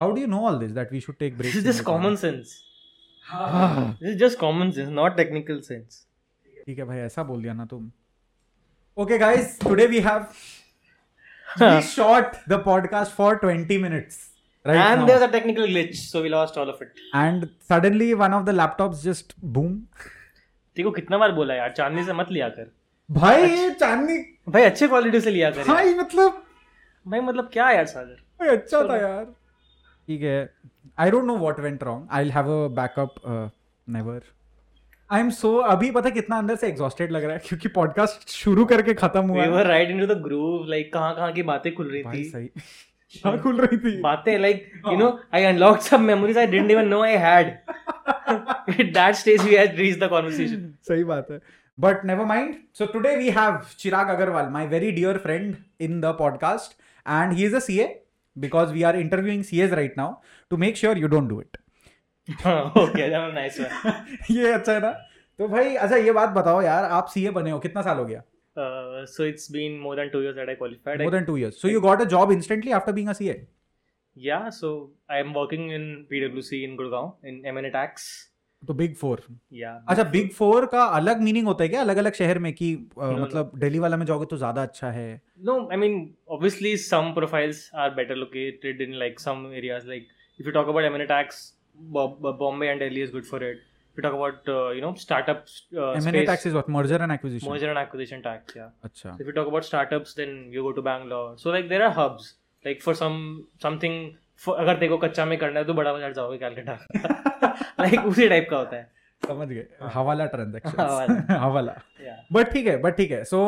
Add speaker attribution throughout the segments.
Speaker 1: How do you know all this that we should take breaks?
Speaker 2: This is
Speaker 1: in
Speaker 2: just
Speaker 1: the corner?
Speaker 2: common Ah. sense.
Speaker 3: हाँ
Speaker 2: This is just common sense, not technical sense.
Speaker 1: ठीक है भाई ऐसा बोल दिया ना तुम okay guys today we have we shot the podcast for 20 minutes
Speaker 2: and
Speaker 1: right
Speaker 2: there's a technical glitch, so we lost all of it.
Speaker 1: And suddenly one of the laptops just boom
Speaker 2: देखो कितना बार बोला यार चांदनी से मत लिया कर
Speaker 1: भाई ये चांदनी
Speaker 2: भाई अच्छे क्वालिटी से लिया कर यार।
Speaker 1: भाई मतलब
Speaker 2: भाई मतलब क्या यार सागर
Speaker 1: भाई अच्छा था यार ठीक है I don't know what went wrong I will have a backup never I am so अभी पता है कितना अंदर से एग्जॉस्टेड लग रहा है क्योंकि पॉडकास्ट शुरू करके खत्म
Speaker 2: we
Speaker 1: हुआ
Speaker 2: were
Speaker 1: है
Speaker 2: right into the groove like कहाँ कहाँ की बातें खुल रही
Speaker 1: भाई
Speaker 2: थी
Speaker 1: सही क्या खुल रही थी
Speaker 2: बातें like you know I unlocked some memories I didn't even know I had at that stage we had reached the conversation
Speaker 1: सही बात है but never mind so today we have Chirag Agarwal my very dear friend in the podcast and he is a CA because we are interviewing CS right now to make sure you don't do it
Speaker 2: Ah, okay that was nice one
Speaker 1: ये अच्छा है ना तो भाई अच्छा ये बात बताओ यार आप सीए बने हो कितना साल हो गया
Speaker 2: uh, so it's been more than two years that I qualified
Speaker 1: more
Speaker 2: I,
Speaker 1: then two years so you got a job instantly after being a CA
Speaker 2: yeah so I am working in PwC in Gurgaon in M&A tax
Speaker 1: तो big four
Speaker 2: yeah
Speaker 1: अच्छा big four का अलग meaning होता है क्या अलग अलग शहर में कि अ,
Speaker 2: no.
Speaker 1: मतलब दिल्ली वाला में जाओगे तो ज्यादा अच्छा है
Speaker 2: No, I mean obviously some profiles are better located in like some areas. Like if you talk about M&A tax, Bo- Bo- Bombay and Delhi is good for it. If you talk about uh, you know startups, uh,
Speaker 1: MNA
Speaker 2: space,
Speaker 1: tax is what merger and acquisition
Speaker 2: merger and acquisition tax. Yeah.
Speaker 1: अच्छा
Speaker 2: If you talk about startups, then you go to Bangalore. So like there are hubs. Like for some something for अगर देखो कच्चा में करना है तो बड़ा बाजार जाओगे कैलकाटा like उसी टाइप का होता है
Speaker 1: समझ गए हवाला ट्रांजेक्शन
Speaker 2: हाँ। हवाला।
Speaker 1: हवाला
Speaker 2: yeah
Speaker 1: बट ठीक है बट ठीक है um, so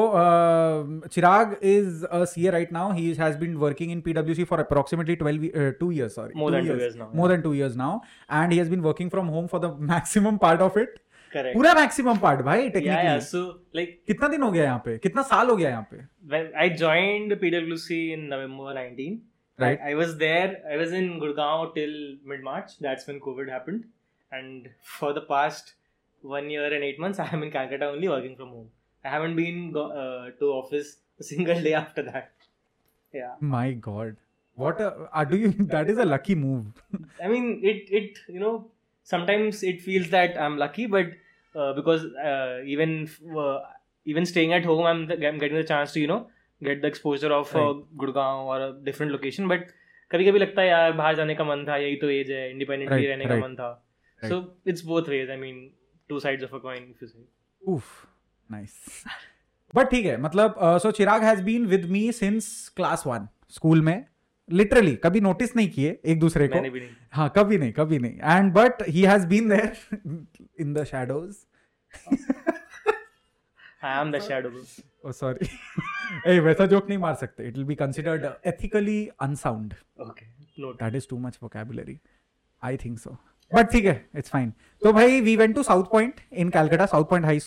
Speaker 1: Chirag is C A right now he has been working in पीडब्ल्यूसी for approximately 12 two years sorry
Speaker 2: more than two years now
Speaker 1: more than two years now and he has been working from home for the maximum part of it
Speaker 2: correct
Speaker 1: पूरा maximum part भाई
Speaker 2: yeah yeah
Speaker 1: technically
Speaker 2: so like
Speaker 1: कितना दिन हो गया यहाँ पे कितना साल हो गया यहाँ पे
Speaker 2: when I joined PwC in November 19.
Speaker 1: Right.
Speaker 2: I, I was there. I was in Gurgaon till mid March. That's when COVID happened. And for the past one year and eight months, I am in Calcutta only working from home. I haven't been go, uh, to office a single day after that. Yeah.
Speaker 1: My god what do you that is a lucky move
Speaker 2: I mean, it it you know sometimes it feels that I'm lucky, but uh, because uh, even uh, even staying at home, I'm, I'm getting the chance to you know get the exposure of uh,
Speaker 1: Right.
Speaker 2: Gurgaon or a different location. But कभी कभी लगता है यार बाहर जाने का मन था यही तो एज है इंडिपेंडेंटली
Speaker 1: Right,
Speaker 2: रहने का
Speaker 1: right.
Speaker 2: मन था
Speaker 1: Right.
Speaker 2: So it's both ways I mean two sides of a coin if you say
Speaker 1: उफ नाइस बट ठीक है मतलब so Chirag has been with me since class one school में लिटरली कभी नोटिस नहीं किए एक दूसरे को
Speaker 2: मैंने भी नहीं
Speaker 1: हाँ कभी नहीं कभी नहीं and but he has been there in the shadows
Speaker 2: I am the shadow
Speaker 1: oh sorry A Oh, वैसा जोक नहीं मार सकते it will be considered ethically unsound
Speaker 2: okay note
Speaker 1: that is too much vocabulary I think so but ठीक है it's fine तो भाई we went to South Point in Calcutta South Point high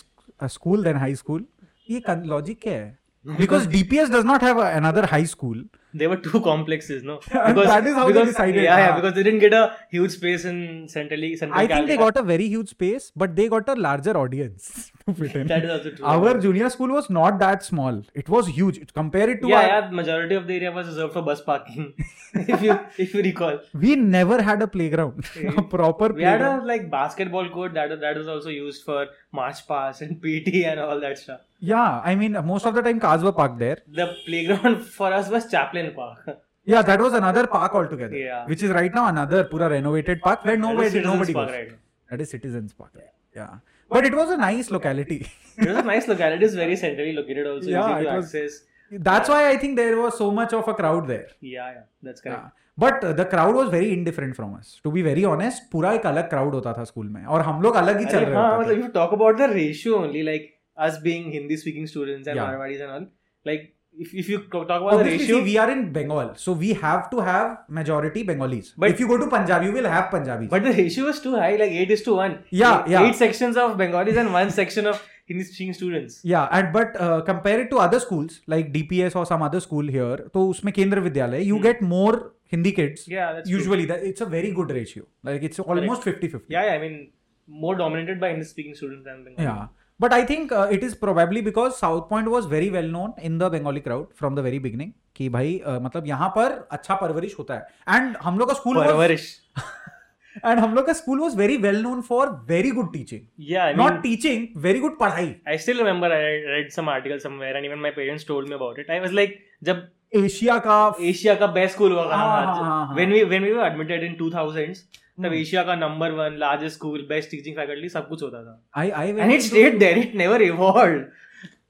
Speaker 1: school then high school ये logic क्या
Speaker 2: Mm-hmm.
Speaker 1: है because DPS does not have another high school
Speaker 2: They were two complexes, no?
Speaker 1: And that is how they
Speaker 2: because,
Speaker 1: decided,
Speaker 2: Yeah, yeah,
Speaker 1: ah.
Speaker 2: because they didn't get a huge space in centrally. Central
Speaker 1: I think they
Speaker 2: Calcutta.
Speaker 1: Got a very huge space but they got a larger audience to fit in
Speaker 2: That is also true.
Speaker 1: our junior school was not that small it was huge It- compare it to
Speaker 2: yeah,
Speaker 1: our,
Speaker 2: yeah, majority of the area was reserved for bus parking. if you if you recall,
Speaker 1: we never had a playground a proper
Speaker 2: we had
Speaker 1: playground.
Speaker 2: a like basketball court that that was also used for march pass and PT and all that stuff.
Speaker 1: yeah i mean most of the time cars were parked there
Speaker 2: The playground for us was Chaplin Park.
Speaker 1: yeah that was another park altogether
Speaker 2: Yeah.
Speaker 1: which is right now another pura renovated park where nobody
Speaker 2: Citizens
Speaker 1: nobody
Speaker 2: Park
Speaker 1: goes
Speaker 2: right now.
Speaker 1: that is citizens park yeah, but it was a nice locality
Speaker 2: It was a nice locality. It is very centrally located, also
Speaker 1: Yeah,
Speaker 2: easy to
Speaker 1: it was-
Speaker 2: access.
Speaker 1: that's why i think there was so much of a crowd there
Speaker 2: Yeah, yeah, that's correct.
Speaker 1: Yeah. But the crowd was very indifferent from us to be very honest पूरा एक अलग crowd होता था school में और हम लोग अलग ही चल
Speaker 2: अरे
Speaker 1: रहे
Speaker 2: हाँ
Speaker 1: होते थे
Speaker 2: मतलब you talk about the ratio only like us being Hindi speaking students and
Speaker 1: Yeah.
Speaker 2: Marwaris and all like if if you talk about the
Speaker 1: Obviously,
Speaker 2: ratio
Speaker 1: see, we are in Bengal, so we have to have majority Bengalis.
Speaker 2: But-
Speaker 1: if you go to Punjab, you will have Punjabis.
Speaker 2: But the ratio was too high like 8 is to 1
Speaker 1: Yeah, yeah.
Speaker 2: 8 sections of bengalis and one section of hindi speaking students
Speaker 1: yeah, and but uh, compare it to other schools like DPS or some other school here, तो उसमें केंद्र विद्यालय you
Speaker 2: Hmm.
Speaker 1: get more Hindi kids.
Speaker 2: yeah that's true.
Speaker 1: Usually, that it's a very good ratio. Like it's almost 50-50.
Speaker 2: yeah, yeah i mean more dominated by hindi speaking students than bengali
Speaker 1: Yeah. But I think uh, it is probably because South Point was very well known in the Bengali crowd from the very beginning कि भाई uh, मतलब यहाँ पर अच्छा परवरिश होता है and हम लोग का स्कूल
Speaker 2: परवरिश
Speaker 1: एंड हम लोग का school was very well known for very good teaching
Speaker 2: yeah I
Speaker 1: not
Speaker 2: mean,
Speaker 1: teaching very good पढ़ाई
Speaker 2: I still remember I read- read some article somewhere and even my parents told me about it I was like जब
Speaker 1: Asia का
Speaker 2: Asia का best school हुआ
Speaker 1: हाँ, हाँ, हाँ,
Speaker 2: कहा
Speaker 1: हाँ.
Speaker 2: When we when we were admitted in 2000s तब
Speaker 1: ah, Hmm.
Speaker 2: एशिया का number one largest school best teaching faculty सब कुछ होता था
Speaker 1: I I
Speaker 2: and it stayed there it never evolve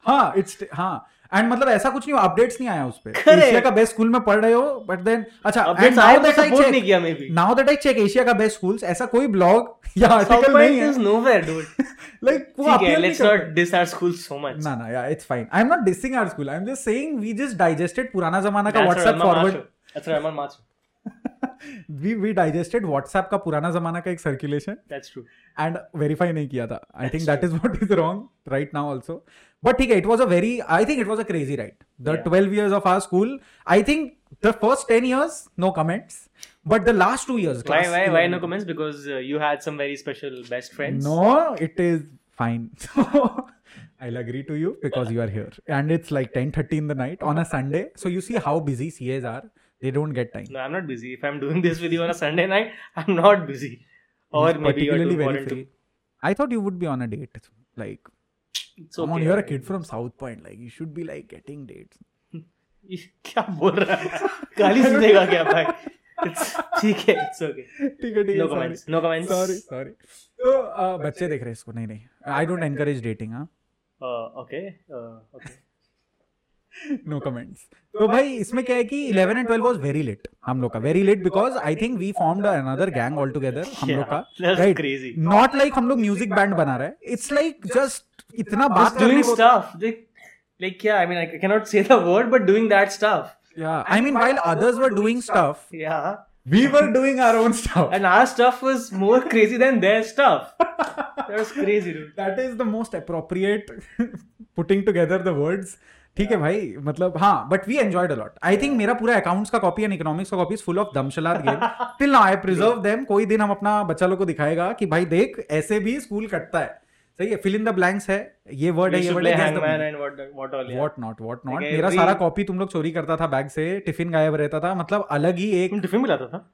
Speaker 1: हाँ इट्स हाँ एंड मतलब ऐसा कुछ नहीं अपडेट्स नहीं आया उस पे
Speaker 2: Correct.
Speaker 1: एशिया का बेस्ट स्कूल में पढ़ रहे हो बट देन अच्छा
Speaker 2: अपडेट्स आए बट सपोर्ट नहीं किया maybe
Speaker 1: now that I check Asia का बेस्ट स्कूल्स ऐसा कोई ब्लॉग या आर्टिकल नहीं है
Speaker 2: इज नोवेयर डूड
Speaker 1: लाइक वो
Speaker 2: ठीक है
Speaker 1: appear नहीं
Speaker 2: लेट्स
Speaker 1: करते
Speaker 2: not diss our school so much
Speaker 1: ना ना या it's fine I am not dissing our school I am just saying we just digested पुराना जमाना का WhatsApp forward
Speaker 2: That's Rahman Macho.
Speaker 1: We we digested WhatsApp का पुराना जमाना का एक circulation
Speaker 2: That's true.
Speaker 1: And verify नहीं किया था I think
Speaker 2: That's
Speaker 1: that is what is wrong right now also but ठीक है it was a very I think it was a crazy ride the
Speaker 2: Yeah.
Speaker 1: 12 years of our school I think the first 10 years no comments but the last two years
Speaker 2: Why, why, why no comments? Because uh, you had some very special best friends.
Speaker 1: No, it is fine. So I'll agree to you because you are here. And it's like 10:30 in the night on a Sunday. So you see how busy CAs are. They don't get time.
Speaker 2: No, I'm not busy. If I'm doing this with you on a Sunday night, I'm not busy. Or
Speaker 1: He's
Speaker 2: maybe you're too important to.
Speaker 1: I thought you would be on a date. Like,
Speaker 2: It's
Speaker 1: come
Speaker 2: okay.
Speaker 1: on, you're a kid from South Point. Like, you should be like getting dates.
Speaker 2: क्या बोल रहा है गाली सुनेगा क्या भाई It's- ठीक है इट्स ओके
Speaker 1: ठीक है ठीक
Speaker 2: नो
Speaker 1: है sorry.
Speaker 2: Comments no comments
Speaker 1: Sorry, sorry. तो uh, बच्चे देख रहे हैं इसको नहीं नहीं आई डोंट एनकरेज डेटिंग हाँ
Speaker 2: ओके ओके
Speaker 1: नो कमेंट्स तो भाई इसमें क्या है कि 11 एंड 12 वाज वेरी लेट हम लोग का वेरी लेट
Speaker 2: तो
Speaker 1: because I think we formed another gang all together हम लोग का
Speaker 2: that's
Speaker 1: Right.
Speaker 2: Crazy
Speaker 1: not like हम लोग म्यूजिक बैंड बना रहे हैं इट्स लाइक जस्ट इतना बात
Speaker 2: जस्ट डूइंग स्टफ लाइक क्या I mean I can not say the word but doing that stuff
Speaker 1: I mean while others were doing stuff
Speaker 2: या
Speaker 1: we were doing our own stuff
Speaker 2: And our stuff was more crazy than their stuff. That was crazy, dude.
Speaker 1: That is the most appropriate putting together the words ठीक है भाई मतलब हाँ but we enjoyed a lot I think मेरा पूरा accounts का copy and economics का copy full of दमशलाद game till now I preserve them कोई दिन हम अपना बच्चा लोग को दिखाएगा कि भाई देख ऐसे भी स्कूल कटता है सही है फिल इन द ब्लैंक्स है ये वर्ड
Speaker 2: We
Speaker 1: है ये
Speaker 2: should
Speaker 1: वर्ड
Speaker 2: play
Speaker 1: है guess the
Speaker 2: hangman
Speaker 1: meaning.
Speaker 2: and what, what all. Yeah.
Speaker 1: What not what not
Speaker 2: Like
Speaker 1: मेरा
Speaker 2: every-
Speaker 1: सारा कॉपी तुम लोग चोरी करता था बैग से टिफिन गायब रहता था मतलब अलग ही एक uh,
Speaker 2: तुम टिफिन मिला था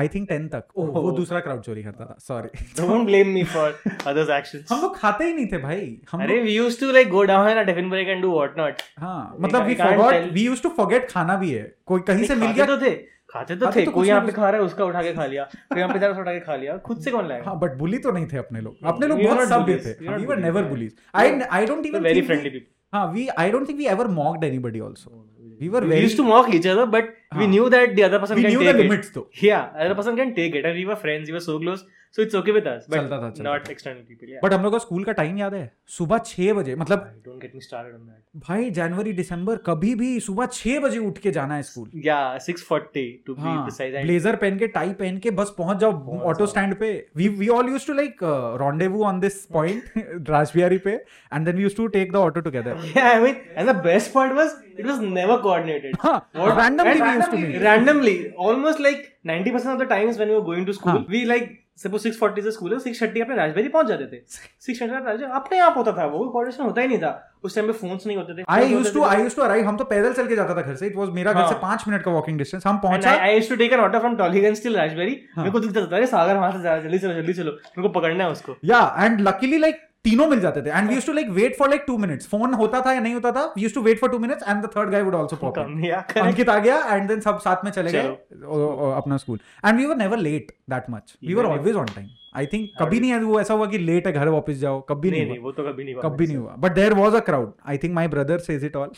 Speaker 1: आई थिंक टेन तक ओह वो
Speaker 2: Oh.
Speaker 1: दूसरा क्राउड चोरी करता था sorry
Speaker 2: don't blame me for others actions
Speaker 1: हम लोग खाते ही नहीं थे भाई हम
Speaker 2: अरे
Speaker 1: लोग
Speaker 2: we used to like go down in a tiffin break and do what not
Speaker 1: हाँ मतलब
Speaker 2: I
Speaker 1: we
Speaker 2: can't
Speaker 1: forgot
Speaker 2: tell.
Speaker 1: We used to forget खाना भी है कोई कहीं से मिल
Speaker 2: खाते
Speaker 1: गया
Speaker 2: तो थे खाते तो
Speaker 1: खाते
Speaker 2: थे
Speaker 1: तो
Speaker 2: कोई
Speaker 1: कुछ
Speaker 2: यहाँ
Speaker 1: ना
Speaker 2: पे खा रहा है उसका उठा के खा लिया कोई यहाँ पे जा रहा है, उसका उठा के खा लिया खुद से कौन लाएगा
Speaker 1: हाँ बट बुली तो नहीं थे अपने लोग अपने
Speaker 2: We
Speaker 1: लोग
Speaker 2: were
Speaker 1: बहुत
Speaker 2: not
Speaker 1: सभ्य
Speaker 2: bullies.
Speaker 1: थे
Speaker 2: We were
Speaker 1: we
Speaker 2: not
Speaker 1: were
Speaker 2: bullies,
Speaker 1: never
Speaker 2: yeah.
Speaker 1: Bullies I I don't
Speaker 2: We're
Speaker 1: even
Speaker 2: very friendly people.
Speaker 1: हाँ we I don't think we ever mocked anybody also We were
Speaker 2: We
Speaker 1: very-
Speaker 2: used to mock each other, but we
Speaker 1: हाँ.
Speaker 2: knew that the other person
Speaker 1: we
Speaker 2: can
Speaker 1: knew the
Speaker 2: take it.
Speaker 1: Limits तो
Speaker 2: Yeah, other person can take it, and we were friends. We were so close, so it's okay with us. But
Speaker 1: चलता था, चलता
Speaker 2: not
Speaker 1: था।
Speaker 2: external people. Yeah.
Speaker 1: But हम लोग का school का time याद है सुबह छह बजे मतलब
Speaker 2: I don't get me started on that.
Speaker 1: भाई जनवरी दिसंबर कभी भी सुबह छह बजे उठ के जाना है school
Speaker 2: Yeah, 640 to be precise. And
Speaker 1: blazer पहन के टाई पहन के बस पहुंच जाओ
Speaker 2: पहुंच
Speaker 1: ऑटो
Speaker 2: जाओ।
Speaker 1: स्टैंड पे we we all use to like rendezvous on this point Rajbihari पे and then we use to take the auto together
Speaker 2: yeah, I mean, and the best part was it was never coordinated.
Speaker 1: हाँ,
Speaker 2: What-
Speaker 1: randomly
Speaker 2: and
Speaker 1: we used to meet
Speaker 2: randomly, almost like 90% of the times when we were going to school,
Speaker 1: हाँ.
Speaker 2: we like suppose 640 से school है 630 अपने राजबेरी पहुंच जाते थे 630 राजबेरी अपने आप होता था वो कोऑर्डिनेशन होता ही नहीं था उस टाइम पे फोन्स नहीं होते थे
Speaker 1: I use to I use to arrive हम तो पैदल चल के जाता था घर से इट वाज मेरा घर
Speaker 2: हाँ।
Speaker 1: से पांच मिनट का वॉकिंग डिस्टेंस हम
Speaker 2: And
Speaker 1: पहुंचा
Speaker 2: I- I used to take an order from Tollyganj till Rajbari.
Speaker 1: हाँ.
Speaker 2: मेरे को दिखता था अरे सागर वहां से जा जल्दी चलो जल्दी चलो मेरे को पकड़ना है उसको
Speaker 1: या एंड लकीली लाइक तीनों मिल जाते थे and we use to like wait for like two minutes phone होता था या नहीं होता था we use to wait for two minutes and the third guy would also pop
Speaker 2: come या
Speaker 1: अंकित आ गया एंड देन सब साथ में चले गए ओ- ओ- अपना school and we were never late that much we were
Speaker 2: Very
Speaker 1: always on time I think
Speaker 2: How
Speaker 1: कभी
Speaker 2: did-
Speaker 1: नहीं वो ऐसा हुआ कि लेट है घर वापस जाओ कभी
Speaker 2: नहीं
Speaker 1: नहीं
Speaker 2: नहीं
Speaker 1: हुआ
Speaker 2: वो तो कभी नहीं हुआ
Speaker 1: कभी नहीं हुआ but there was a crowd I think my brother says it all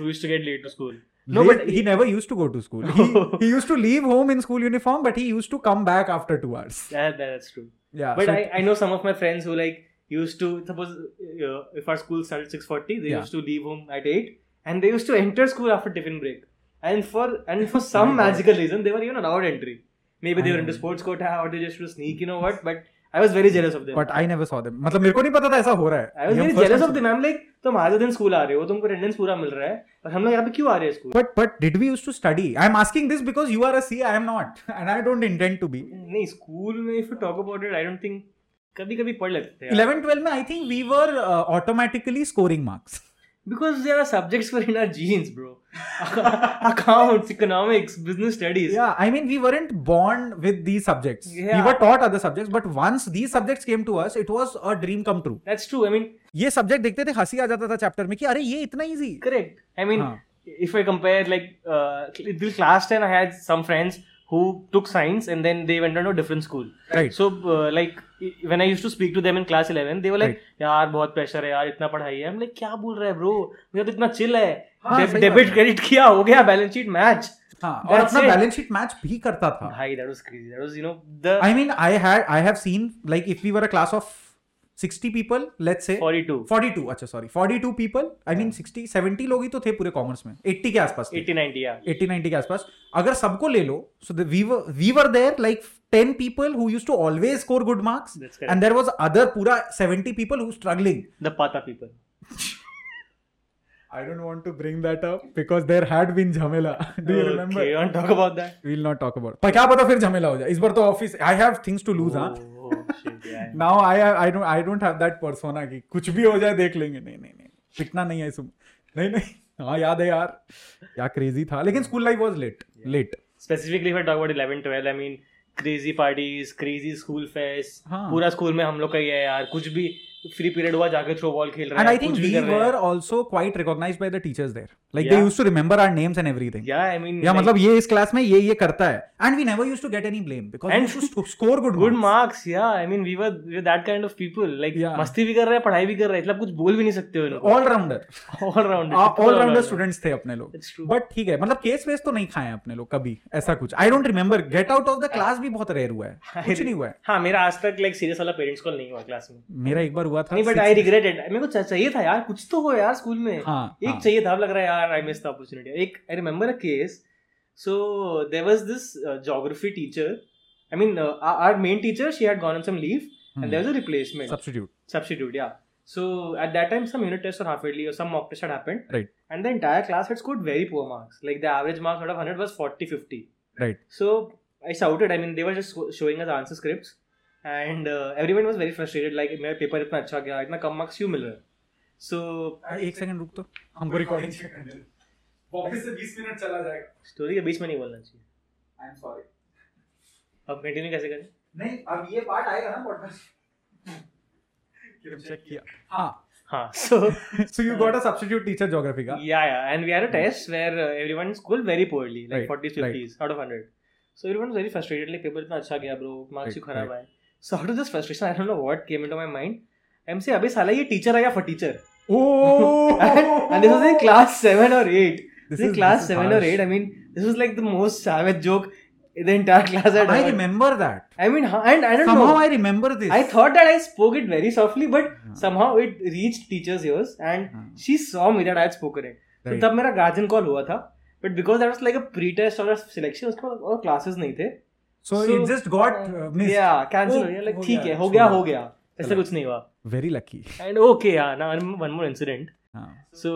Speaker 2: you used to get late to school
Speaker 1: No,
Speaker 2: No,
Speaker 1: but
Speaker 2: but
Speaker 1: he never used to go to school. He, he used to leave home in school uniform, but he used to come back after two hours.
Speaker 2: That, that's true.
Speaker 1: Yeah.
Speaker 2: But
Speaker 1: so
Speaker 2: I, I know some of my friends who like used to suppose uh, if our school started six forty, they
Speaker 1: Yeah.
Speaker 2: used to leave home at eight, and they used to enter school after tiffin break. And for and for
Speaker 1: my
Speaker 2: some
Speaker 1: God.
Speaker 2: magical reason, they were even allowed entry. Maybe they
Speaker 1: I
Speaker 2: were into
Speaker 1: know.
Speaker 2: sports quota or they just used to sneak, you know what? But I was very jealous of them.
Speaker 1: but I never saw them. मतलब मेरे को नहीं पता था ऐसा हो रहा है.
Speaker 2: I was
Speaker 1: ये हम
Speaker 2: very
Speaker 1: first
Speaker 2: jealous
Speaker 1: time
Speaker 2: of
Speaker 1: से-
Speaker 2: them. I'm like, तुम आधे दिन स्कूल आ रहे हो, तुमको attendance पूरा मिल रहा है, और हम लोग यहाँ पे क्यों आ रहे हैं school?
Speaker 1: But but did we used to study? I'm asking this because you are a C, I am not, and I don't intend to be.
Speaker 2: नहीं स्कूल में if you talk about it, I don't think कभी कभी पढ़ लेते थे
Speaker 1: eleven twelve में I think we were automatically scoring marks
Speaker 2: because there are subjects were in our genes bro accounts economics business studies
Speaker 1: Yeah, I mean, we weren't born with these subjects. We
Speaker 2: Yeah.
Speaker 1: were taught other subjects, but once these subjects came to us, it was a dream come true.
Speaker 2: that's true i mean
Speaker 1: ये subject देखते थे हंसी आ जाता था chapter में कि अरे ये इतना इजी
Speaker 2: correct i mean
Speaker 1: हाँ.
Speaker 2: if i compare like uh, till class 10 i had some friends who took science and then they went on to a different school
Speaker 1: right
Speaker 2: so uh, like i- when i used to speak to them in class 11 they were like यार बहुत pressure है यार इतना पढ़ाई है हम like क्या बोल रहा है bro मेरा तो इतना chill है
Speaker 1: हाँ,
Speaker 2: Deb-
Speaker 1: सही बात
Speaker 2: debit
Speaker 1: है।
Speaker 2: credit किया हो गया बैलेंस शीट मैच
Speaker 1: हाँ और
Speaker 2: That's
Speaker 1: अपना
Speaker 2: it.
Speaker 1: बैलेंस शीट मैच भी करता था
Speaker 2: भाई that was crazy that was you know the
Speaker 1: I mean I had I have seen like if we were a class of 60 people let's say
Speaker 2: 42
Speaker 1: 42 अच्छा sorry 42 people I mean 60 70 लोग ही तो थे पूरे कॉमर्स में 80 के आसपास थे
Speaker 2: 80 90 yeah
Speaker 1: 80 90 के आसपास अगर सबको ले लो so we were there like 10 people who used to always score good marks
Speaker 2: that's correct
Speaker 1: and there was other pura 70 people who struggling
Speaker 2: the Pata people.
Speaker 1: i don't want to bring that up because there had been jhamela do you remember
Speaker 2: Okay, you want to talk about that?
Speaker 1: we'll not talk about पर क्या पता फिर झमेला हो जाए इस बार तो office I have things to lose हां
Speaker 2: Oh, shit, yeah.
Speaker 1: Now I I don't I don't have that persona कि कुछ भी हो जाए देख लेंगे नहीं नहीं नहीं पिटना नहीं है इसमें नहीं नहीं हाँ याद है यार क्या क्रेजी था लेकिन school life was late late
Speaker 2: Specifically, if I talk about 11, 12, I mean, crazy parties, crazy school fest.
Speaker 1: हाँ.
Speaker 2: पूरा स्कूल में हम लोग का ये है यार कुछ भी फ्री पीरियड हुआ जाके थ्रो बॉल खेल रहे
Speaker 1: एंड
Speaker 2: हैं
Speaker 1: आई थिंक
Speaker 2: कुछ भी
Speaker 1: वी
Speaker 2: कर रहे
Speaker 1: were also quite recognized by the teachers there like they
Speaker 2: Yeah.
Speaker 1: Used to remember our names and everything
Speaker 2: हैं या आई मीन
Speaker 1: या मतलब ये इस क्लास में ये ये करता है and we never use to get any blame
Speaker 2: And-
Speaker 1: because score good
Speaker 2: good marks या I mean we were we that kind of people like
Speaker 1: Yeah.
Speaker 2: मस्ती भी कर रहे हैं पढ़ाई भी कर रहे हैं मतलब कुछ बोल भी नहीं सकते हो इनको
Speaker 1: ऑलराउंडर
Speaker 2: ऑलराउंडर
Speaker 1: ऑलराउंडर स्टूडेंट्स थे अपने लोग
Speaker 2: इट्स ट्रू
Speaker 1: बट ठीक है मतलब केस वेस तो नहीं खाए हैं अपने लोग कभी ऐसा कुछ I don't remember get out of the class भी बहुत रेयर हुआ है कुछ नहीं हुआ है
Speaker 2: हाँ मेरा आज तक लाइक सीरियस वाला पेरेंट्स कॉल नहीं हुआ क्लास में
Speaker 1: मेरा एक बार हुआ था
Speaker 2: नहीं but
Speaker 1: sixth-
Speaker 2: I regret it मेरे को चा- चाहिए था यार कुछ तो हो यार स्कूल में
Speaker 1: हाँ
Speaker 2: एक चाहिए था अब लग रहा है यार आई मिस द अपॉर्चुनिटी एक I remember a case so there was this geography teacher I mean our main teacher she had gone on some leave
Speaker 1: hmm,
Speaker 2: and there
Speaker 1: Hmm.
Speaker 2: Was a replacement
Speaker 1: substitute
Speaker 2: substitute yeah so at that time some unit test or half yearly or some mock test had happened
Speaker 1: Right.
Speaker 2: and the entire class had scored very poor marks like the average marks out of 100 was 40 50
Speaker 1: Right.
Speaker 2: so i shouted i mean they were just sho- showing us answer scripts and uh, everyone was very frustrated like मेरा paper इतना अच्छा गया इतना कम marks क्यों मिल रहा है so
Speaker 1: एक सेकंड रुक तो हमको रिकॉर्डिंग चेक करने दे वापस से 20 मिनट चला जाएगा
Speaker 2: story के बीच में नहीं बोलना चाहिए
Speaker 1: आई एम सॉरी
Speaker 2: अब continue कैसे करें
Speaker 1: नहीं अब ये पार्ट आएगा ना पॉडकास्ट चेक किया हाँ
Speaker 2: हाँ so
Speaker 1: so you got a substitute teacher geography का
Speaker 2: Yeah, yeah. And we had a test where uh, everyone scored very poorly, like
Speaker 1: Right,
Speaker 2: 40s, 50s out of 100. So everyone was very frustrated, like, paper इतना अच्छा गया, bro. Marks
Speaker 1: Right,
Speaker 2: क्यों खराब आए? So out of this frustration, I don't know what came into my mind. I'm saying, अबे साला ये teacher है या for teacher?
Speaker 1: Oh!
Speaker 2: and, and this was in class 7 or 8. This,
Speaker 1: This
Speaker 2: is
Speaker 1: is-
Speaker 2: class
Speaker 1: this is
Speaker 2: 7 or
Speaker 1: harsh.
Speaker 2: 8. I mean, this was like the most savage joke the entire class had
Speaker 1: I
Speaker 2: heard.
Speaker 1: remember that.
Speaker 2: I mean, huh, and I don't
Speaker 1: Somehow
Speaker 2: know.
Speaker 1: I remember this.
Speaker 2: I thought that I spoke it very softly, but
Speaker 1: हाँ,
Speaker 2: somehow it reached teacher's ears and
Speaker 1: हाँ,
Speaker 2: she saw me that I had spoken it. तो
Speaker 1: right.
Speaker 2: तब मेरा guardian call हुआ था but because that was like a pre test और selection उसके बाद और क्लासेस नहीं थे
Speaker 1: So,
Speaker 2: so-
Speaker 1: it just got uh, missed.
Speaker 2: या
Speaker 1: Oh,
Speaker 2: कैंसिल हो गया लाइक
Speaker 1: हो
Speaker 2: ठीक
Speaker 1: गया,
Speaker 2: है हो गया
Speaker 1: चलो।
Speaker 2: हो गया ऐसा
Speaker 1: चलो।
Speaker 2: कुछ नहीं हुआ
Speaker 1: Very lucky.
Speaker 2: एंड ओके या ना वन मोर इंसिडेंट
Speaker 1: हाँ.
Speaker 2: So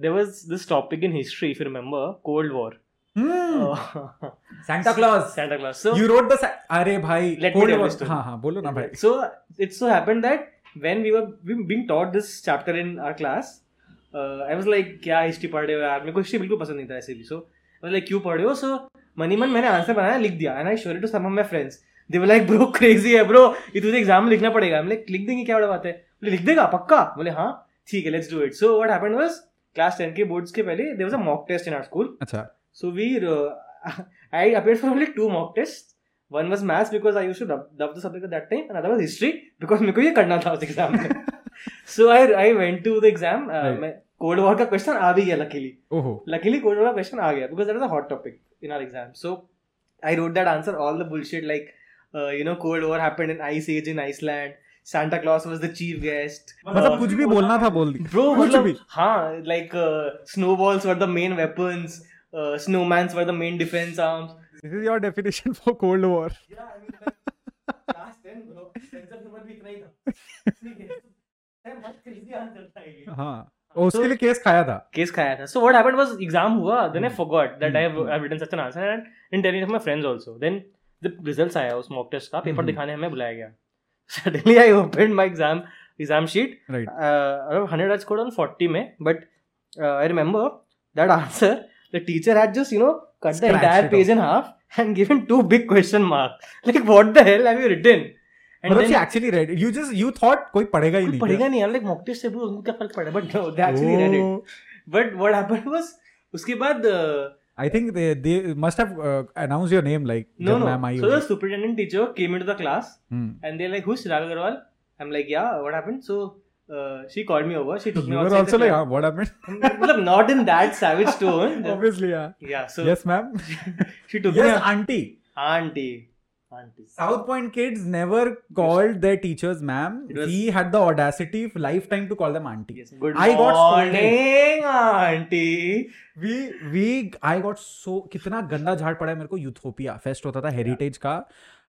Speaker 2: there was this topic in history if you remember cold war
Speaker 1: Hmm.
Speaker 2: Oh.
Speaker 1: Santa Claus.
Speaker 2: Santa Claus so
Speaker 1: You wrote the. Sa- अरे भाई.
Speaker 2: Let me
Speaker 1: Cold
Speaker 2: tell
Speaker 1: War.
Speaker 2: the story.
Speaker 1: हाँ हाँ बोलो ना भाई.
Speaker 2: so it so happened that when we were we were being taught this chapter in our class uh, I was like क्या history पढ़ रहे हो यार मेरे को हिस्ट्री बिल्कुल पसंद नहीं था ऐसे भी सो आई लाइक क्यों पढ़ रहे हो सो मनी मन मैंने आंसर बनाया लिख दिया and I showed to some of my friends they were like bro crazy है ब्रो ये तुझे एग्जाम में लिखना पड़ेगा हम लाइक लिख देंगे क्या बड़ा बात है बोले लिख देगा पक्का बोले हाँ ठीक है let's do it so what happened was class 10 के बोर्ड्स के पहले there was a mock test in our school
Speaker 1: अच्छा.
Speaker 2: So we, uh, I appeared for only two mock tests. One was maths because I used to love, love the subject at that time. Another was history because मेरे को ये करना था उस exam में. so I I went to the exam. Uh,
Speaker 1: Right.
Speaker 2: मैं cold war का question आ भी गया luckily.
Speaker 1: ओहो.
Speaker 2: Luckily कोल्ड वॉर का क्वेश्चन आ गया because that was a hot topic in our exam. So I wrote that answer all the bullshit like uh, you know cold war happened in ice age in Iceland. Santa Claus was the chief guest. Uh,
Speaker 1: मतलब कुछ भी बोलना था बोल दी.
Speaker 2: Bro,
Speaker 1: कुछ
Speaker 2: मतलब
Speaker 1: भी.
Speaker 2: हाँ like uh, snowballs were the main weapons, uh, snowmans were the main defense arms.
Speaker 1: This is your definition for Cold War.
Speaker 2: केस
Speaker 1: हाँ. और उसके लिए केस खाया था.
Speaker 2: खाया था so what happened was exam हुआ then I
Speaker 1: Hmm.
Speaker 2: Forgot that I
Speaker 1: Hmm.
Speaker 2: Have written such an answer and in telling of my friends also then जब रिजल्ट्स आया उस मॉक टेस्ट का पेपर
Speaker 1: Hmm.
Speaker 2: दिखाने हमें बुलाया गया Suddenly, I opened my exam exam sheet.
Speaker 1: Right.
Speaker 2: Uh, out of 100, I scored on 40 में. But uh, I remember that answer. The teacher had just you know cut the
Speaker 1: Scratched
Speaker 2: entire
Speaker 1: it
Speaker 2: page in half and given two big question marks. Like what the hell have you written? And
Speaker 1: मतलब
Speaker 2: then-
Speaker 1: she actually read it. You just you thought कोई पढ़ेगा ही
Speaker 2: कोई
Speaker 1: नहीं
Speaker 2: पढ़ेगा नहीं यार like mock test से भी उनको क्या फर्क पड़ा but no they actually read it
Speaker 1: Oh,
Speaker 2: but what happened was उसके बाद uh,
Speaker 1: I think they they must have uh, announced your name like
Speaker 2: no
Speaker 1: जब
Speaker 2: no
Speaker 1: ma'am I
Speaker 2: saw the
Speaker 1: होगी.
Speaker 2: Superintendent teacher came into the class
Speaker 1: Hmm.
Speaker 2: and they're like, "Who's Chirag Agarwal?" I'm like, "Yeah, what happened?" So uh, she called me over. She took me
Speaker 1: You were
Speaker 2: outside.
Speaker 1: also
Speaker 2: the
Speaker 1: like,
Speaker 2: club.
Speaker 1: "Ah, what happened?
Speaker 2: Matlab, not in that savage tone.
Speaker 1: Obviously, yeah.
Speaker 2: yeah. So
Speaker 1: Yes, ma'am.
Speaker 2: she took
Speaker 1: Yes,
Speaker 2: me.
Speaker 1: auntie.
Speaker 2: Auntie, auntie.
Speaker 1: South Point kids never called their teachers ma'am.
Speaker 2: It was-
Speaker 1: He had the audacity of lifetime to call them auntie.
Speaker 2: Yes. Good
Speaker 1: I got scolded.
Speaker 2: morning, auntie.
Speaker 1: We we I got so कितना गंदा झाड़ पड़ा है मेरे को Youthopia fest होता था Heritage का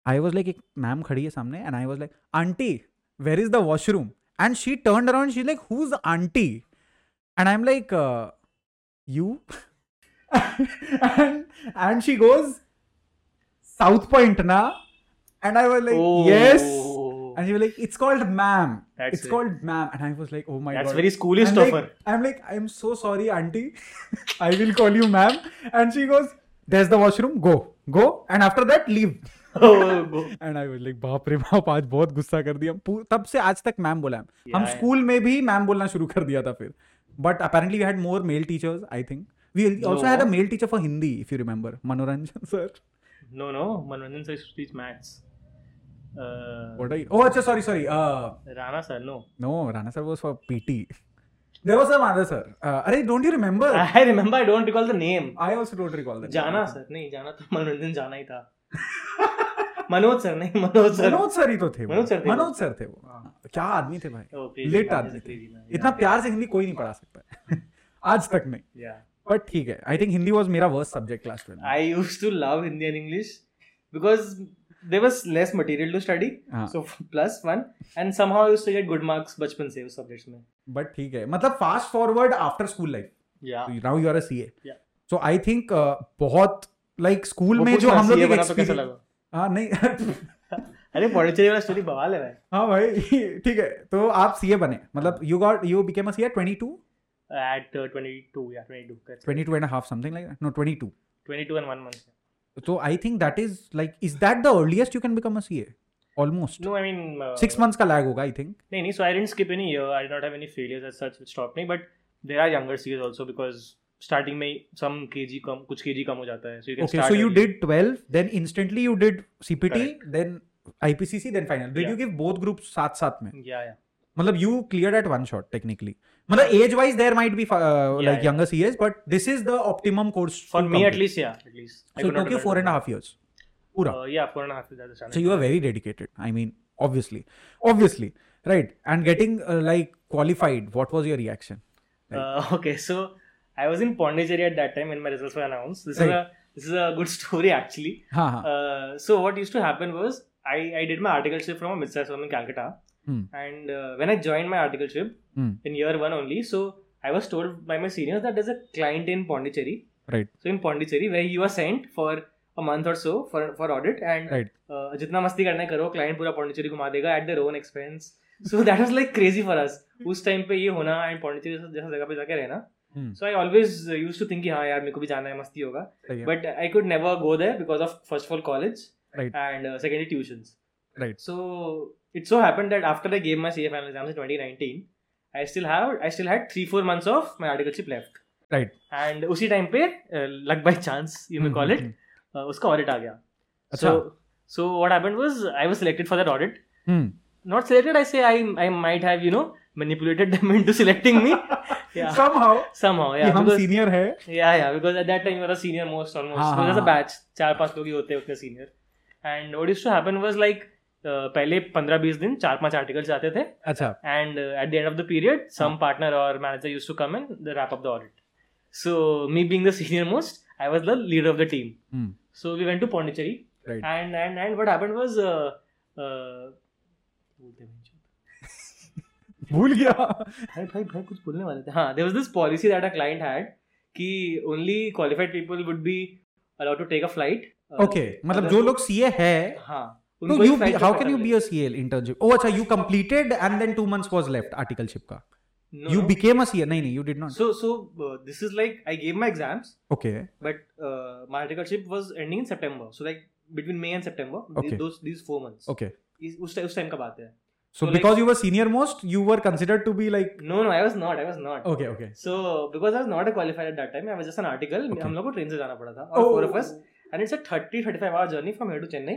Speaker 1: आई वॉज लाइक एक मैम खड़ी है सामने and I was like auntie where is the washroom and she turn around she like who is aunty and I am like you and and she goes South Point ना and I was
Speaker 2: Oh.
Speaker 1: Like yes and she like it's called ma'am
Speaker 2: That's
Speaker 1: it's
Speaker 2: it.
Speaker 1: Called ma'am and I was like oh my
Speaker 2: That's
Speaker 1: God
Speaker 2: very schoolist
Speaker 1: I'm
Speaker 2: of
Speaker 1: like,
Speaker 2: her.
Speaker 1: I'm like, I'm so sorry, auntie. I will call you ma'am. And she goes, There's the washroom. Go, go. And after that, leave.
Speaker 2: Oh, go.
Speaker 1: And I was like, बाप रे बाप आज बहुत गुस्सा कर दिया पू- तब से आज तक मैम बोला है हम
Speaker 2: Yeah,
Speaker 1: स्कूल में भी मैम बोलना शुरू कर दिया था फिर but apparently we had more male teachers I think we also had a male teacher for Hindi if you remember Manoranjan sir
Speaker 2: No, no. Manvanjan sir used to teach maths. Uh,
Speaker 1: what are oh अच्छा sorry sorry
Speaker 2: Rana sir, no.
Speaker 1: No Rana sir was for PT there was some other sir Uh, अरे don't you remember
Speaker 2: I remember. I don't recall the name.
Speaker 1: I also don't recall that
Speaker 2: Ah. Jana sir नहीं जाना तो मनोरंजन जाना ही था Manoj sir नहीं Manoj sir
Speaker 1: Manoj sir ही तो थे वो।
Speaker 2: मनोज सर थे वो।
Speaker 1: मनोज सर थे वो हाँ। क्या आदमी थे भाई
Speaker 2: Oh, crazy
Speaker 1: लेट
Speaker 2: man,
Speaker 1: आदमी
Speaker 2: he's a
Speaker 1: थे
Speaker 2: crazy man, yeah.
Speaker 1: इतना प्यार से हिंदी कोई नहीं पढ़ा सकता है आज तक नहीं
Speaker 2: Yeah.
Speaker 1: बट ठीक है आई थिंक हिंदी वाज मेरा worst subject class
Speaker 2: I used to love Hindi and English because there was less material to study.
Speaker 1: Twelve
Speaker 2: So plus one, and somehow I used to get good marks बचपन से उस subjects में.
Speaker 1: But ठीक है मतलब fast forward after school life
Speaker 2: Yeah.
Speaker 1: Now you are a CA
Speaker 2: Yeah.
Speaker 1: So I think uh, बहुत like school
Speaker 2: वो
Speaker 1: में जो
Speaker 2: पूछना,
Speaker 1: हम लोग
Speaker 2: CA
Speaker 1: एक
Speaker 2: बना तो कैसा
Speaker 1: एक्सपीरियंस
Speaker 2: लगा?
Speaker 1: हाँ नहीं
Speaker 2: अरे पॉडिचेरी वाला स्टोरी बवाल है भाई.
Speaker 1: हाँ भाई ठीक है तो आप सीए बने मतलब you got you became a CA 22
Speaker 2: At uh, 22, yeah, 22, correct.
Speaker 1: 22 and a half something like that no 22
Speaker 2: 22 and one month.
Speaker 1: So I think that is like, is that the earliest you can become a CA? Almost.
Speaker 2: No, I mean uh,
Speaker 1: Six months ka lag hoga, I think.
Speaker 2: नहीं नहीं so I didn't skip any year I did not have any failures as such which stopped me but there are younger series also because starting में some kg कम कुछ kg कम हो जाता है so you can
Speaker 1: Okay,
Speaker 2: start
Speaker 1: so you
Speaker 2: early.
Speaker 1: did 12, then instantly you did CPT,
Speaker 2: Correct.
Speaker 1: then IPCC, then final. Did
Speaker 2: Yeah.
Speaker 1: you give both groups साथ साथ में?
Speaker 2: yeah yeah
Speaker 1: मतलब you cleared at one shot technically. मतलब age wise there might be uh, like
Speaker 2: yeah.
Speaker 1: younger CAs, but this is the optimum course
Speaker 2: for
Speaker 1: to
Speaker 2: me at
Speaker 1: complete.
Speaker 2: least yeah at least
Speaker 1: So
Speaker 2: I could
Speaker 1: it
Speaker 2: not
Speaker 1: took you
Speaker 2: remember.
Speaker 1: four and a half years. पूरा
Speaker 2: uh, yeah four and a half is the
Speaker 1: So you were very dedicated. I mean, obviously, obviously, right? And getting uh, like qualified. What was your reaction?
Speaker 2: uh, okay so I was in Pondicherry at that time when my results were announced this is
Speaker 1: Right.
Speaker 2: a this is a good story actually
Speaker 1: हाँ हाँ.
Speaker 2: uh, so what used to happen was I I did my articleship from a mid-sized firm in Calcutta
Speaker 1: Hmm.
Speaker 2: and uh, when I joined my articleship
Speaker 1: Hmm.
Speaker 2: in year one only. So I was told by my seniors that there's a client in Pondicherry.
Speaker 1: Right.
Speaker 2: So in Pondicherry, where you are sent for a month or so for for audit and
Speaker 1: Right.
Speaker 2: uh, जितना मस्ती करना है करो client पूरा पॉन्डिचेरी घुमा देगा at their own expense so that was like crazy for us उस time पे ये होना एंड पॉन्डिचेरी जैसा जगह पे जाके रहना
Speaker 1: Hmm.
Speaker 2: So I always use to think हाँ यार मेरे को भी जाना है मस्ती होगा
Speaker 1: सही है।
Speaker 2: But I could never go there because of first of all college
Speaker 1: Right.
Speaker 2: And secondly tuitions
Speaker 1: Right.
Speaker 2: uh, So it so happened that after I gave my CA final exams in 2019, I still have I still had three four months of my articleship left.
Speaker 1: Right.
Speaker 2: And उसी time पे uh, luck by chance you may call it
Speaker 1: hmm,
Speaker 2: uh, उसका audit आ गया.
Speaker 1: अच्छा।
Speaker 2: So so what happened was I was selected for that audit.
Speaker 1: Hmm,
Speaker 2: Not selected I say I I might have you know manipulated them into selecting me. yeah.
Speaker 1: Somehow,
Speaker 2: Somehow
Speaker 1: कि
Speaker 2: yeah.
Speaker 1: हम
Speaker 2: Because,
Speaker 1: senior है
Speaker 2: yeah yeah because at that time you were a senior most almost.
Speaker 1: हाँ, हाँ,
Speaker 2: because as a
Speaker 1: हाँ.
Speaker 2: batch चार पांच लोग ही होते हैं उतने senior. And what used to happen was like uh, पहले 15-20 दिन चार पांच articles आते थे
Speaker 1: अच्छा
Speaker 2: and uh, at the end of the period some
Speaker 1: Hmm.
Speaker 2: partner or manager used to come and they wrap up the audit so me being the senior most i was the leader of the team
Speaker 1: Hmm.
Speaker 2: so we went to pondicherry
Speaker 1: Right.
Speaker 2: and, and and what happened was uh, uh,
Speaker 1: भूल गया
Speaker 2: भाई भाई भाई कुछ बोलने वाले थे हाँ there was this policy that a client had कि only qualified people would be allowed to take a flight
Speaker 1: okay मतलब जो लोग सीए है
Speaker 2: हाँ
Speaker 1: So you be, how can you be a CL internship? Oh, अच्छा you completed and then two months was left articleship का.
Speaker 2: no,
Speaker 1: You
Speaker 2: no.
Speaker 1: became a CL. नहीं नहीं you did not.
Speaker 2: so so uh, this is like I gave my exams,
Speaker 1: Okay.
Speaker 2: but uh, my articleship was ending in September. So like between May and September, th-
Speaker 1: Okay.
Speaker 2: those these four months.
Speaker 1: Okay.
Speaker 2: Is- उस time उस time का बात है
Speaker 1: So,
Speaker 2: So,
Speaker 1: because
Speaker 2: like-
Speaker 1: you were senior most, you were considered to be like
Speaker 2: no no I was not I was not
Speaker 1: okay okay.
Speaker 2: So because I was not a qualified at that time I was just an article
Speaker 1: Okay. Oh.
Speaker 2: हम लोग को train से जाना पड़ा था और four of us and it's a 30 35 hour journey from here to Chennai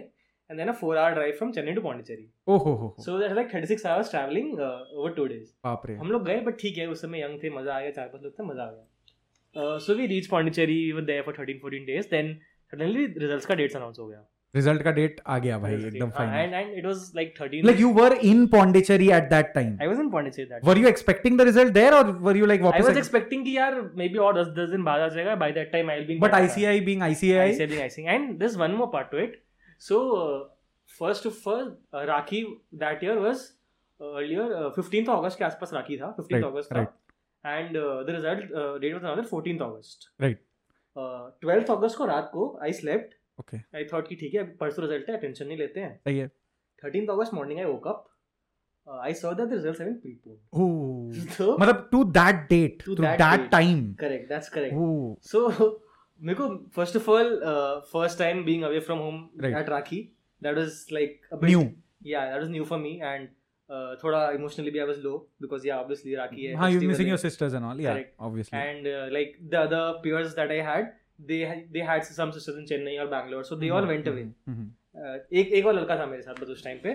Speaker 2: and then a 4 hour drive from Chennai to Pondicherry
Speaker 1: Oh ho ho ho.
Speaker 2: So that like 36 hours travelling over two days
Speaker 1: बाप रे.
Speaker 2: हम लोग गए बट ठीक है उस समय young थे मजा आया चार पांच लोग थे मजा आ गया Uh, so we reach Pondicherry we were there for 13 14 days then suddenly results का डेट्स अनाउंस हो गया
Speaker 1: Result का date आ गया भाई एकदम
Speaker 2: and
Speaker 1: final.
Speaker 2: And it was like 13
Speaker 1: Like you were in Pondicherry at that time.
Speaker 2: I was in Pondicherry that
Speaker 1: Were you expecting the result there or were you like
Speaker 2: I
Speaker 1: वापस?
Speaker 2: Was expecting कि यार may be और 10 10 दिन बाद आ जाएगा by that time I will be
Speaker 1: But ICI being
Speaker 2: I
Speaker 1: ICI.
Speaker 2: selling icing. And there's one more part to it. So uh, first of all, uh, Rakhi that year was uh, earlier fifteenth August के आसपास राखी था fifteenth
Speaker 1: Right,
Speaker 2: August
Speaker 1: right.
Speaker 2: था and uh, the result uh, date was another fourteenth August.
Speaker 1: Right.
Speaker 2: Twelfth अगस्त को रात को I slept
Speaker 1: Okay.
Speaker 2: I thought कि ठीक है अभी परसों रिजल्ट है टेंशन नहीं लेते हैं
Speaker 1: सही है.
Speaker 2: थर्टीन अगस्त morning I woke up I saw that the results have been preponed
Speaker 1: Oh.
Speaker 2: so
Speaker 1: मतलब to that date
Speaker 2: To
Speaker 1: to
Speaker 2: that
Speaker 1: that
Speaker 2: date.
Speaker 1: time.
Speaker 2: correct that's correct
Speaker 1: Oh.
Speaker 2: So, मेरे को first of all first time being away from home
Speaker 1: Right.
Speaker 2: At rakhi that was like
Speaker 1: New.
Speaker 2: या that was new for me and uh, थोड़ा emotionally भी I was low because या obviously Rakhi है uh,
Speaker 1: हाँ you're missing your sisters and all yeah
Speaker 2: Correct.
Speaker 1: obviously
Speaker 2: and like the other peers दैट I had they they had some sisters in chennai or bangalore so they all
Speaker 1: Mm-hmm.
Speaker 2: went away Uh, एक एक और लड़का था मेरे साथ बस उस टाइम पे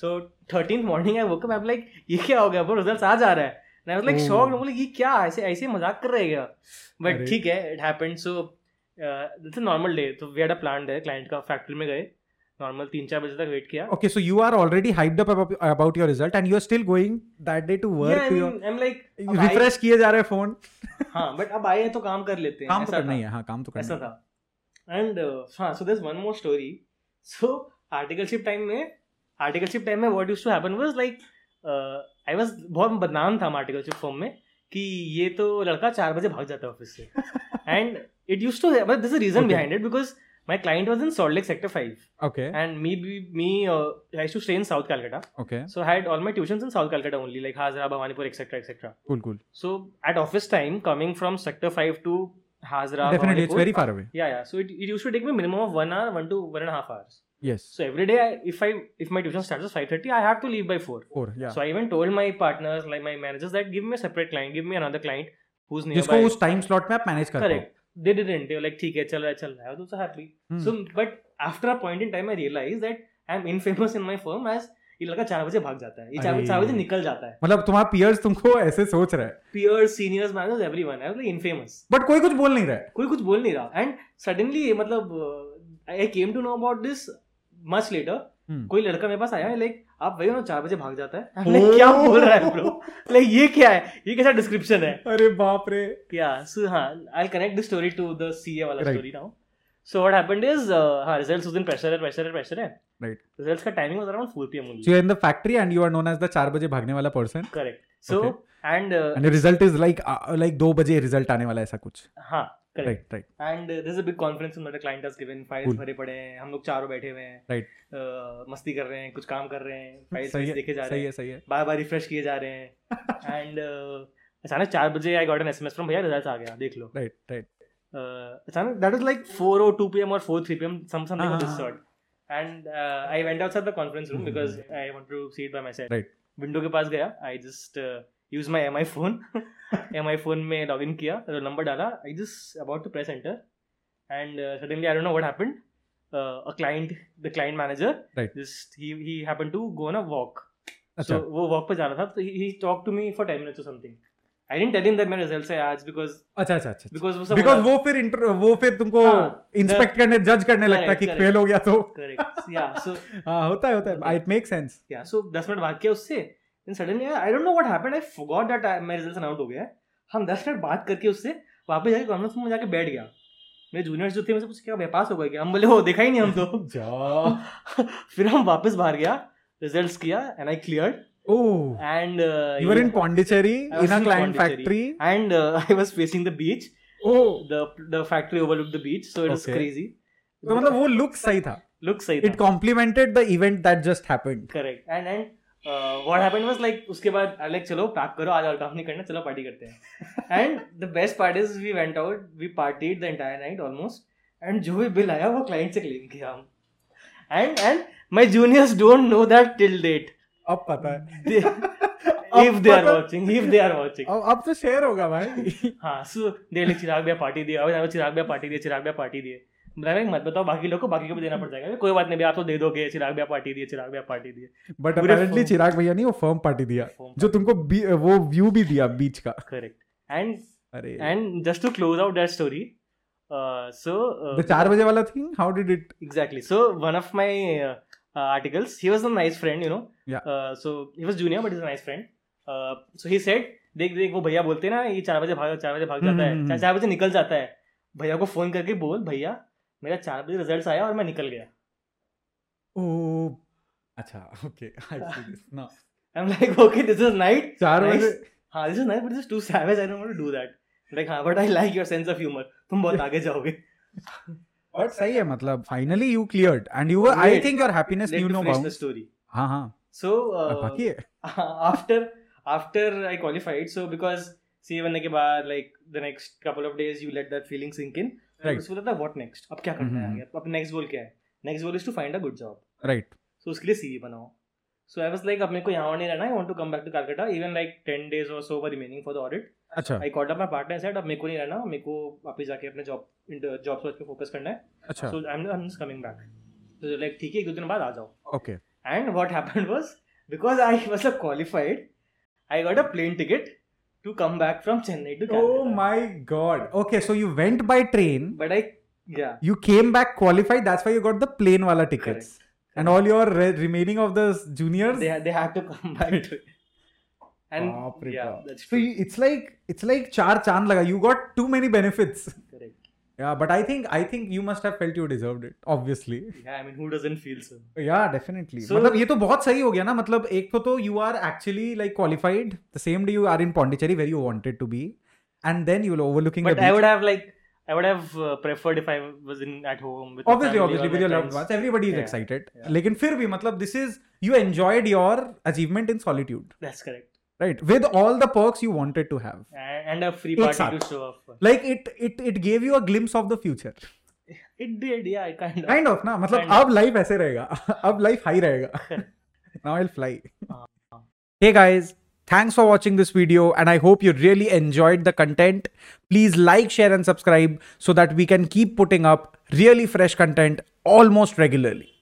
Speaker 2: so thirteen morning I woke up I like ये क्या हो गया बोल रिजल्ट आ जा रहा है And I was like
Speaker 1: Oh.
Speaker 2: shocked. I'm like, ये क्या ऐसे ऐसे मजाक कर रहे हैं क्या बट
Speaker 1: अरे।
Speaker 2: ठीक है it happened so it's a normal day तो वी हैड अ प्लान है क्लाइंट का फैक्ट्री में गए नॉर्मल तीन चार बजे तक वेट किया
Speaker 1: okay so you are already hyped up about, about your result and you're still going that day to work
Speaker 2: Yeah, I
Speaker 1: to
Speaker 2: mean, I'm like,
Speaker 1: your
Speaker 2: अब आए-
Speaker 1: रिफ्रेश किए जा रहे हैं फोन
Speaker 2: हाँ बट अब आए हैं तो काम कर लेते हैं
Speaker 1: काम तो
Speaker 2: ऐसा
Speaker 1: करना ही
Speaker 2: था,
Speaker 1: है हाँ काम तो करना
Speaker 2: ऐसा
Speaker 1: ही है।
Speaker 2: था एंड हाँ so this one more story so articleship time में आर्टिकलशिप टाइम में what use to happen was like I was uh, बहुत बदनाम था हम आर्टिकलशिप फॉर्म में कि ये तो लड़का चार बजे भाग जाता है ऑफिस से and it use to but this reason
Speaker 1: Okay.
Speaker 2: Behind it because my client was in salt sector five
Speaker 1: okay
Speaker 2: and me me I to stay in south Calcutta
Speaker 1: okay
Speaker 2: so had all my tuition in south Calcutta only like Hazra Bhawanipur etcetera etcetera
Speaker 1: cool cool
Speaker 2: So at office time, coming from sector five to Hazra,
Speaker 1: definitely it's
Speaker 2: Bhawanipur-
Speaker 1: very far away
Speaker 2: Yeah, yeah. So it, it used to take me minimum of one hour, one to one and a half hours.
Speaker 1: yes
Speaker 2: So every day, I, if I if my tuition starts at five thirty, I have to leave by four.
Speaker 1: four Oh, yeah
Speaker 2: So I even told my partners, like my managers, that give me a separate client, give me another client who's nearby.
Speaker 1: जिसको उस टाइम slot में आप manage कर
Speaker 2: Correct. They didn't. They were like, "ठीक है, चल रहा है, चल रहा है." I was also happy.
Speaker 1: पाओ
Speaker 2: So, but after a point in time, I realized that I'm infamous in my firm as ये लड़का चार बजे भाग जाता है ये चार
Speaker 1: अरे।
Speaker 2: चार बजे निकल जाता है
Speaker 1: मतलब तुम्हारा पियर्स तुमको ऐसे सोच रहा है
Speaker 2: peers seniors managers everyone I was like infamous
Speaker 1: but कोई कुछ बोल नहीं रहा है
Speaker 2: कोई कुछ बोल नहीं रहा एंड सडनली मतलब I came to know about this much later
Speaker 1: Hmm.
Speaker 2: कोई लड़का मेरे पास आया लाइक आप वही हो ना चार बजे भाग जाता है I'm like,
Speaker 1: Oh.
Speaker 2: क्या बोल रहा है ब्रो लाइक ये क्या है ये कैसा डिस्क्रिप्शन है
Speaker 1: अरे बाप रे
Speaker 2: या सो हाँ I connect the story to the CA वाला
Speaker 1: Right.
Speaker 2: Story now so what happened is हाँ रिजल्ट्स उस दिन प्रेशर है प्रेशर है प्रेशर है
Speaker 1: Right.
Speaker 2: रिजल्ट्स का timing was around 4 PM
Speaker 1: so
Speaker 2: only
Speaker 1: you're in the factory and you are known as the चार बजे भागने वाला person
Speaker 2: correct so and
Speaker 1: and the result is like uh, like दो बजे result आने वाला है ऐसा कुछ
Speaker 2: हाँ correct
Speaker 1: right right
Speaker 2: and this is a big conference हमारे client has given files
Speaker 1: Cool.
Speaker 2: भरे पड़े हैं हम लोग चारों बैठे हुए हैं
Speaker 1: Right.
Speaker 2: अ, मस्ती कर रहे हैं कुछ काम कर रहे हैं फाइल्स
Speaker 1: सही
Speaker 2: देखे जा
Speaker 1: है
Speaker 2: रहे
Speaker 1: सही
Speaker 2: हैं
Speaker 1: है सही है
Speaker 2: बार बार रिफ्रेश किए जा रहे हैं एंड अचानक चार बजे I got an SMS from भैया रिजल्ट आ गया देख लो
Speaker 1: right right
Speaker 2: अ, अचानक दैट इज लाइक 4 और 2 पीएम और 4 3 पीएम सम समथिंग ऑफ
Speaker 1: हाँ,
Speaker 2: दिस
Speaker 1: हाँ,
Speaker 2: sort and I went outside the conference room
Speaker 1: hmm,
Speaker 2: because I want to see it by myself
Speaker 1: Hmm. Right.
Speaker 2: Window के पास गया I just use my MI phone Mi phone में log in किया roll number डाला I just about to press enter and suddenly I don't know what happened a client the client manager
Speaker 1: Right.
Speaker 2: Just he he happened to go on a walk
Speaker 1: अच्छा
Speaker 2: so वो walk पे जा रहा था तो he talk to me for 10 minutes और something I didn't tell him that मेरे results है आज बिकॉज़
Speaker 1: अच्छा अच्छा अच्छा
Speaker 2: बिकॉज़ वो सब हो रहा
Speaker 1: बिकॉज वो फिर inter- वो फिर तुमको
Speaker 2: हाँ,
Speaker 1: इंस्पेक्ट करने जज करने लगता है
Speaker 2: correct,
Speaker 1: कि
Speaker 2: correct.
Speaker 1: फेल हो गया तो
Speaker 2: करेक्ट या सो
Speaker 1: हाँ होता है होता है it make sense
Speaker 2: yeah so 10 minute भाग के उससे then suddenly I don't know what happened I forgot that मेरा रिजल्ट अनाउंस हो गया है हम 10 मिनट बात करके उससे वापस जाके कॉन्फ्रेंस रूम में जाके बैठ गया मेरे जूनियर्स जो थे मुझसे पूछे क्या भाई पास हो गए क्या हम बोले हो देखा ही नहीं हम तो फिर हम वापस बाहर गया रिजल्ट्स किया and I cleared
Speaker 1: oh
Speaker 2: and
Speaker 1: you are in Pondicherry
Speaker 2: I was
Speaker 1: in a
Speaker 2: in
Speaker 1: client factory
Speaker 2: Pondicherry. Oh, and I was facing the beach
Speaker 1: oh
Speaker 2: the the factory overlooked the beach so it was
Speaker 1: Okay.
Speaker 2: crazy
Speaker 1: तो मतलब वो look सही था
Speaker 2: look सही
Speaker 1: it
Speaker 2: था
Speaker 1: complemented the event that just happened
Speaker 2: correct and and what happened was like उसके बाद like चलो पैक करो आज आउट नहीं करना चलो पार्टी करते हैं and the best part is we went out we partied the entire night almost and जो भी बिल आया वो क्लाइंट से क्लेम किया हम and and my juniors don't know that till date
Speaker 1: अब पता है
Speaker 2: if they are watching if they are watching
Speaker 1: अब अब तो शेयर होगा भाई
Speaker 2: हाँ सो दे लाइक चिराग भैया पार्टी दिए अब चिराग भैया पार्टी दिए चिराग भैया पार्टी दिए मतलब एक मत बताओ बाकी लोग को बाकी को भी देना पड़ जाएगा कोई बात नहीं भैया आप तो दे दोगे चिराग भैया पार्टी दिए चिराग भैया पार्टी दिए
Speaker 1: बट
Speaker 2: पूरे
Speaker 1: अपेरेंटली
Speaker 2: firm-
Speaker 1: चिराग भैया ने वो फर्म पार्टी दिया जो तुमको बी- वो व्यू भी दिया बीच का
Speaker 2: करेक्ट एंड
Speaker 1: अरे
Speaker 2: and just to close out that story uh, so
Speaker 1: the तो चार बजे वाला thing how did it
Speaker 2: exactly so one of my uh, uh, articles he was a nice friend you know
Speaker 1: Yeah.
Speaker 2: uh, so he was junior but he's a nice friend uh, so he said देख देख वो भैया बोलते हैं ना ये चार बजे भाग चार बजे भाग जाता
Speaker 1: हम्म,
Speaker 2: है
Speaker 1: हम्म,
Speaker 2: चार चार बजे निकल जाता है भैया को फोन करके बोल भैया मेरा चार बजे रिजल्ट आया और मैं निकल गया
Speaker 1: ओ अच्छा ओके आई सी दिस ना
Speaker 2: I am like okay this is night
Speaker 1: चार
Speaker 2: Nice.
Speaker 1: बजे
Speaker 2: हाँ this is night but this is too savage I don't want to do that like हाँ but I like your sense of humour तुम बहुत आगे जाओगे
Speaker 1: but सही है मतलब finally you cleared and you I
Speaker 2: Wait,
Speaker 1: think your happiness
Speaker 2: let
Speaker 1: new no
Speaker 2: me finish the
Speaker 1: bound
Speaker 2: story
Speaker 1: हाँ हाँ
Speaker 2: सो
Speaker 1: अब बाकी है
Speaker 2: after after I qualified, so because see बनने के बाद like the next couple of days you let that feeling sink in.
Speaker 1: Right.
Speaker 2: उसको लगता है what next? अब क्या करना है
Speaker 1: हम्म.
Speaker 2: आगे? अब नेक्स्ट गोल क्या है? Next goal is to find a good job.
Speaker 1: Right
Speaker 2: so उसके लिए सीवी बनाओ. So I was like अब मेरे को यहाँ नहीं रहना I want to come back to Calcutta even like 10 days or so were remaining for the audit.
Speaker 1: अच्छा
Speaker 2: I called up my partner and said अब मेरे को नहीं रहना मेरे को वापस जाके अपने जॉब जॉब सर्च पे फोकस करना है.
Speaker 1: अच्छा
Speaker 2: So I'm I'm just coming back. So like ठीक है एक दो दिन बाद आ जाओ.
Speaker 1: Okay
Speaker 2: And what happened was because I was a qualified, I got a plane ticket to come back from Chennai to Calcutta.
Speaker 1: Oh my god. Okay, so you went by train,
Speaker 2: But I yeah
Speaker 1: you came back qualified, that's why you got the plane wala tickets.
Speaker 2: Correct.
Speaker 1: And all your re- remaining of the juniors.
Speaker 2: they ha- they had to come back to it. And
Speaker 1: Baap re
Speaker 2: yeah,
Speaker 1: baap.
Speaker 2: that's
Speaker 1: So you, it's like it's like char chan laga. You got too many benefits.
Speaker 2: correct.
Speaker 1: Yeah, but I think I think you must have felt you deserved it. Obviously.
Speaker 2: Yeah, I mean who doesn't feel so?
Speaker 1: या definitely
Speaker 2: So-
Speaker 1: मतलब ये तो बहुत सही हो गया ना मतलब एक तो तो you are actually like qualified the same day you are in Pondicherry where you wanted to be and then you overlooking
Speaker 2: But I would have like I would have uh, preferred if I was in at home with my
Speaker 1: obviously
Speaker 2: family or
Speaker 1: obviously
Speaker 2: my
Speaker 1: with your loved
Speaker 2: friends.
Speaker 1: ones everybody is
Speaker 2: Yeah,
Speaker 1: excited
Speaker 2: yeah.
Speaker 1: लेकिन फिर भी मतलब this is you enjoyed your achievement in solitude
Speaker 2: That's correct.
Speaker 1: right with all the perks you wanted to have
Speaker 2: And, and a free
Speaker 1: Ek
Speaker 2: party
Speaker 1: saath.
Speaker 2: to show off. for.
Speaker 1: like it it it gave you a glimpse of the future
Speaker 2: It did, yeah, I kind of.
Speaker 1: kind of ना मतलब
Speaker 2: Kind of.
Speaker 1: अब life ऐसे रहेगा अब life high रहेगा now I'll fly
Speaker 2: हाँ.
Speaker 1: hey guys Thanks for watching this video, and I hope you really enjoyed the content. Please like, share, and subscribe so that we can keep putting up really fresh content almost regularly.